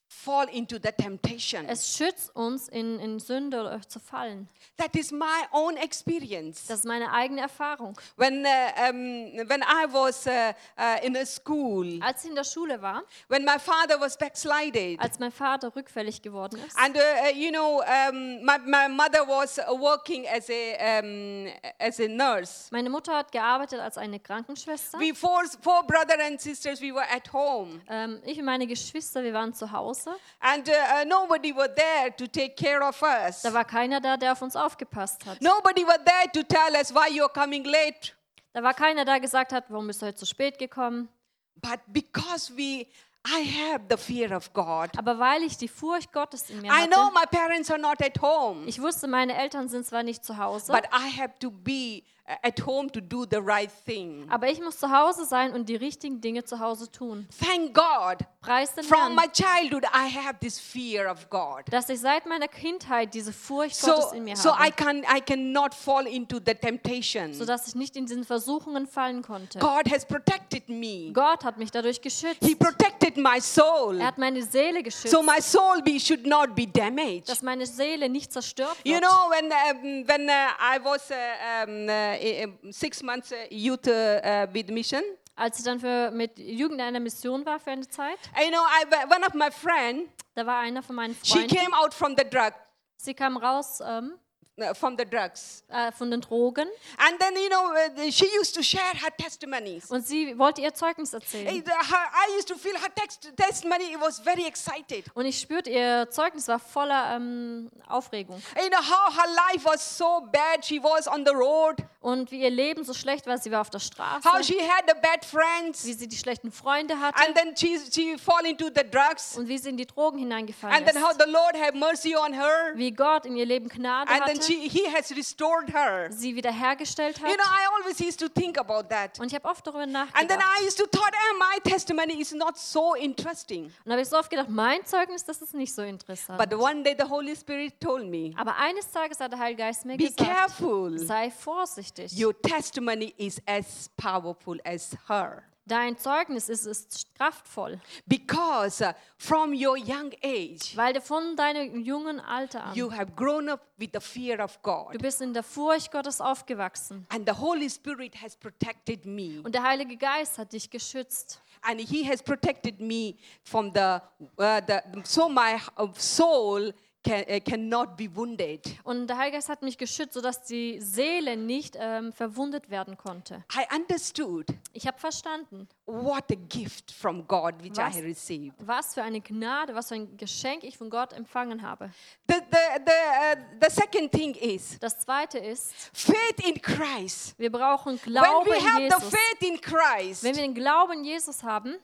A: fall into the temptation.
B: Es schützt uns, in, in Sünde äh, zu fallen.
A: That is my own experience.
B: Das ist meine eigene Erfahrung.
A: When uh, um, when I was uh, uh, in a school,
B: Als ich in der Schule war,
A: when my father was backslided,
B: als mein Vater rückfällig geworden ist,
A: And uh, uh, you know, um, my, my mother was uh, working as a um, as a nurse.
B: meine Mutter hat gearbeitet als eine Krankenschwester.
A: We four four brother and sisters. We were at home,
B: Ähm, ich und meine Geschwister, wir waren zu Hause.
A: and uh, uh, nobody were there to take care of us.
B: Da war keiner da, der auf uns aufgepasst hat.
A: Nobody were there to tell us why you're coming late.
B: Da war keiner da, der gesagt hat, warum bist du heute zu spät gekommen?
A: But because we, I have the fear of God.
B: Aber weil ich die Furcht Gottes in mir
A: I know
B: hatte,
A: my parents are not at home,
B: ich wusste, meine Eltern sind zwar nicht zu Hause,
A: but I have to be uh, at home to do the right thing.
B: aber ich muss zu Hause sein und die richtigen Dinge zu Hause tun.
A: Thank God.
B: Preis den
A: From
B: Herrn,
A: my childhood, I have this fear of God.
B: dass ich seit meiner Kindheit diese Furcht Gottes in
A: so,
B: mir
A: so I
B: habe,
A: can I cannot fall into the temptation.
B: sodass ich nicht in diesen Versuchungen fallen konnte.
A: God has protected me.
B: Gott hat mich dadurch geschützt.
A: He protected my soul.
B: Er hat meine Seele geschützt,
A: So my soul be, should not be damaged.
B: dass meine Seele nicht zerstört
A: you
B: wird.
A: know, when um, when uh, I was uh, um, uh, eh, eh, six months uh, youth uh, uh, with mission,
B: Als ich dann für, mit Jugend in einer Mission war für eine Zeit,
A: you know, I, one of my friend,
B: da war einer von meinen
A: she
B: Freunden,
A: came out from the drug,
B: sie kam raus ähm,
A: uh, from the drugs,
B: äh, von den Drogen
A: and then you know, uh, she used to share her testimonies.
B: und sie wollte ihr Zeugnis erzählen.
A: Eh, the- her- I used to feel her text, testimony. It was very excited.
B: Und ich spürte, ihr Zeugnis war voller ähm, Aufregung.
A: You know how her life was so bad. She was on the road.
B: Und wie ihr Leben so schlecht war, sie war auf der Straße,
A: How she had the bad friends,
B: wie sie die schlechten Freunde hatte
A: and then she she fall into the drugs,
B: und wie sie in die Drogen hineingefallen
A: and then how
B: ist.
A: the Lord have mercy on her,
B: Wie Gott in ihr Leben Gnade
A: and then
B: hatte,
A: she He has restored her.
B: sie wiederhergestellt hat.
A: You know, I always used to think about that,
B: Und ich habe oft darüber
A: and then
B: nachgedacht.
A: I used to thought, eh, my testimony is not so interesting.
B: Und habe ich so oft gedacht, mein Zeugnis, das ist nicht so interessant.
A: But one day the Holy Spirit told me,
B: Aber eines Tages hat der Heilige Geist mir
A: be
B: gesagt,
A: careful.
B: sei vorsichtig.
A: Your testimony is as powerful as her.
B: Dein Zeugnis ist, ist kraftvoll,
A: Because uh, from your young age,
B: weil du von deinem jungen Alter
A: You
B: an,
A: have grown up with the fear of
B: du
A: God.
B: bist in der Furcht Gottes aufgewachsen.
A: And the Holy Spirit has protected me.
B: Und der Heilige Geist hat dich geschützt.
A: And He has protected me from the, uh, the so my uh, soul can, uh, cannot be wounded.
B: Und der Heilige Geist hat mich geschützt, sodass die Seele nicht ähm, verwundet werden konnte.
A: I understood
B: Ich habe verstanden,
A: what a gift from God which I
B: Was?
A: received.
B: was für eine Gnade, was für ein Geschenk ich von Gott empfangen habe.
A: The, the, the, uh, the second thing is
B: Das Zweite ist,
A: faith in Christ.
B: wir brauchen
A: When
B: Glauben
A: we
B: in
A: have the
B: Jesus.
A: faith in Christ,
B: Wenn wir den Glauben in Jesus haben,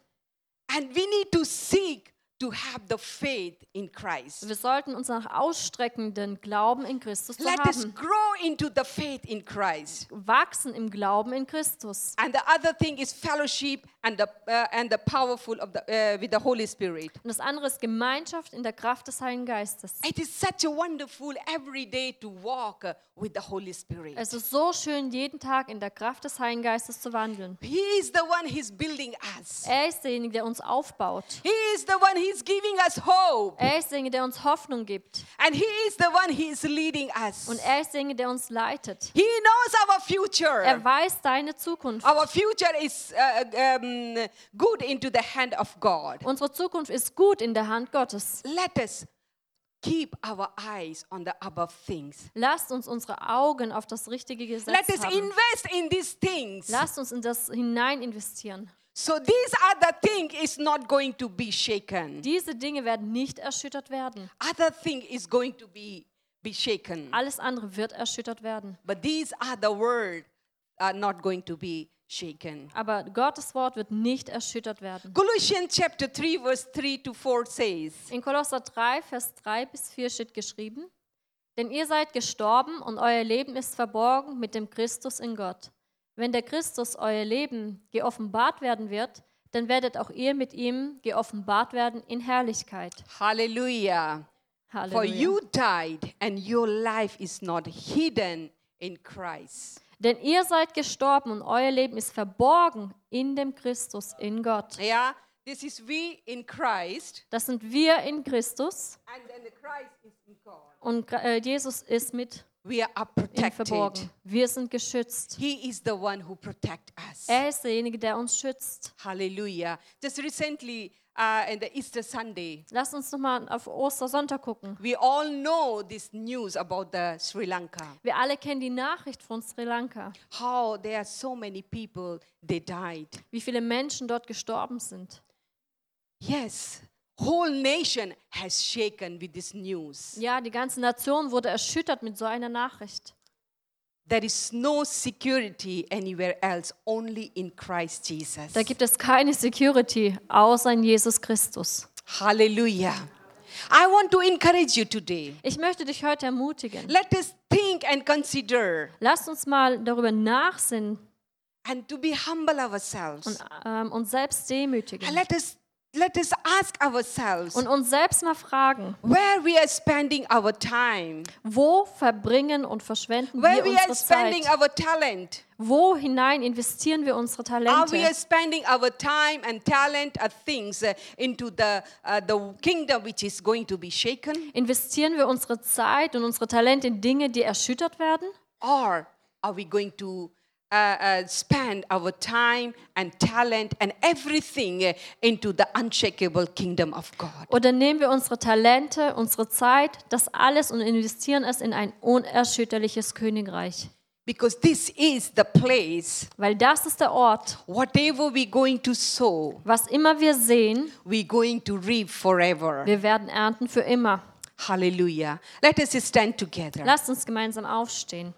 A: and we need to seek to have the faith in Christ.
B: wir sollten uns nach ausstreckenden Glauben in Christus zu
A: Let us
B: haben.
A: grow into the faith in Christ.
B: Wachsen im Glauben in Christus.
A: And the other thing is fellowship and the, uh, and the powerful of the, uh, with the Holy Spirit.
B: Und das andere ist Gemeinschaft in der Kraft des Heiligen Geistes.
A: It is such a wonderful every day to walk uh, with the Holy Spirit.
B: Es ist so schön, jeden Tag in der Kraft des Heiligen Geistes zu wandeln.
A: He is the one who's building us.
B: Er ist derjenige, der uns aufbaut.
A: He is the one who's giving us hope.
B: Er ist derjenige, der uns Hoffnung gibt.
A: And he is the one he is leading us.
B: Und er ist derjenige, der uns leitet.
A: He knows our future.
B: Er weiß deine Zukunft.
A: Our future is uh, um, good into the hand of God.
B: Unsere Zukunft ist gut in der Hand Gottes.
A: Let us keep our eyes on the above things.
B: Lasst uns unsere Augen auf das richtige Gesetz
A: Let us
B: haben.
A: invest in these things.
B: Lasst uns in das hinein investieren.
A: So these are the thing is not going to be shaken.
B: Diese Dinge werden nicht erschüttert werden.
A: Other thing is going to be be shaken.
B: Alles andere wird erschüttert werden.
A: But these are the word are not going to be shaken.
B: Aber Gottes Wort wird nicht erschüttert werden.
A: Colossians chapter 3 verse 3 to 4 says,
B: In Kolosser 3, Vers 3 bis 4 steht geschrieben, denn ihr seid gestorben und euer Leben ist verborgen mit dem Christus in Gott. Wenn der Christus euer Leben geoffenbart werden wird, dann werdet auch ihr mit ihm geoffenbart werden in Herrlichkeit.
A: Hallelujah. For
B: Halleluja.
A: you died, and your life is not hidden in Christ.
B: Denn ihr seid gestorben und euer Leben ist verborgen in dem Christus in Gott.
A: Yeah, this is we in Christ,
B: Das sind wir in Christus
A: and then the Christ is in God.
B: und äh, Jesus ist mit
A: We are
B: ihm
A: protected.
B: verborgen. Wir sind geschützt.
A: He is the one who protects us.
B: Er ist derjenige, der uns schützt.
A: Hallelujah. Just recently, uh, in the Easter Sunday,
B: Lass uns nochmal auf Ostersonntag gucken.
A: we all know this news about the Sri Lanka.
B: Wir alle kennen die Nachricht von Sri Lanka,
A: How there are so many people they died.
B: wie viele Menschen dort gestorben sind.
A: Yes, whole nation has shaken with this news.
B: Ja, die ganze Nation wurde erschüttert mit so einer Nachricht.
A: There is no security anywhere else, only in Christ Jesus.
B: Da gibt es keine Security außer in Jesus Christus.
A: Hallelujah. I want to encourage you today.
B: Ich möchte dich heute ermutigen.
A: Let us think and consider
B: Lass uns mal darüber nachsinnen
A: and to be humble ourselves.
B: und ähm, uns selbst demütigen
A: Let us let us ask ourselves
B: und uns selbst mal fragen,
A: where we are spending our time,
B: wo verbringen und verschwenden
A: where
B: wir
A: we are
B: unsere
A: spending
B: Zeit?
A: our talent.
B: Wo hinein investieren wir unsere
A: Are we
B: Talente?
A: are spending our time and talent and things uh, into the uh, the kingdom which is going to be shaken?
B: Investieren wir unsere Zeit und unsere Talente in Dinge, die erschüttert werden?
A: Or are we going to uh, uh, spend our time and talent and everything uh, into the unshakable kingdom of God?
B: Oder nehmen wir unsere Talente, unsere Zeit, das alles und investieren es in ein unerschütterliches Königreich?
A: Because this is the place,
B: Weil das ist der Ort,
A: whatever we're going to sow,
B: was immer wir sehen,
A: we're going to reap forever.
B: wir werden ernten für immer.
A: Hallelujah. Let us stand together.
B: Lasst uns gemeinsam aufstehen.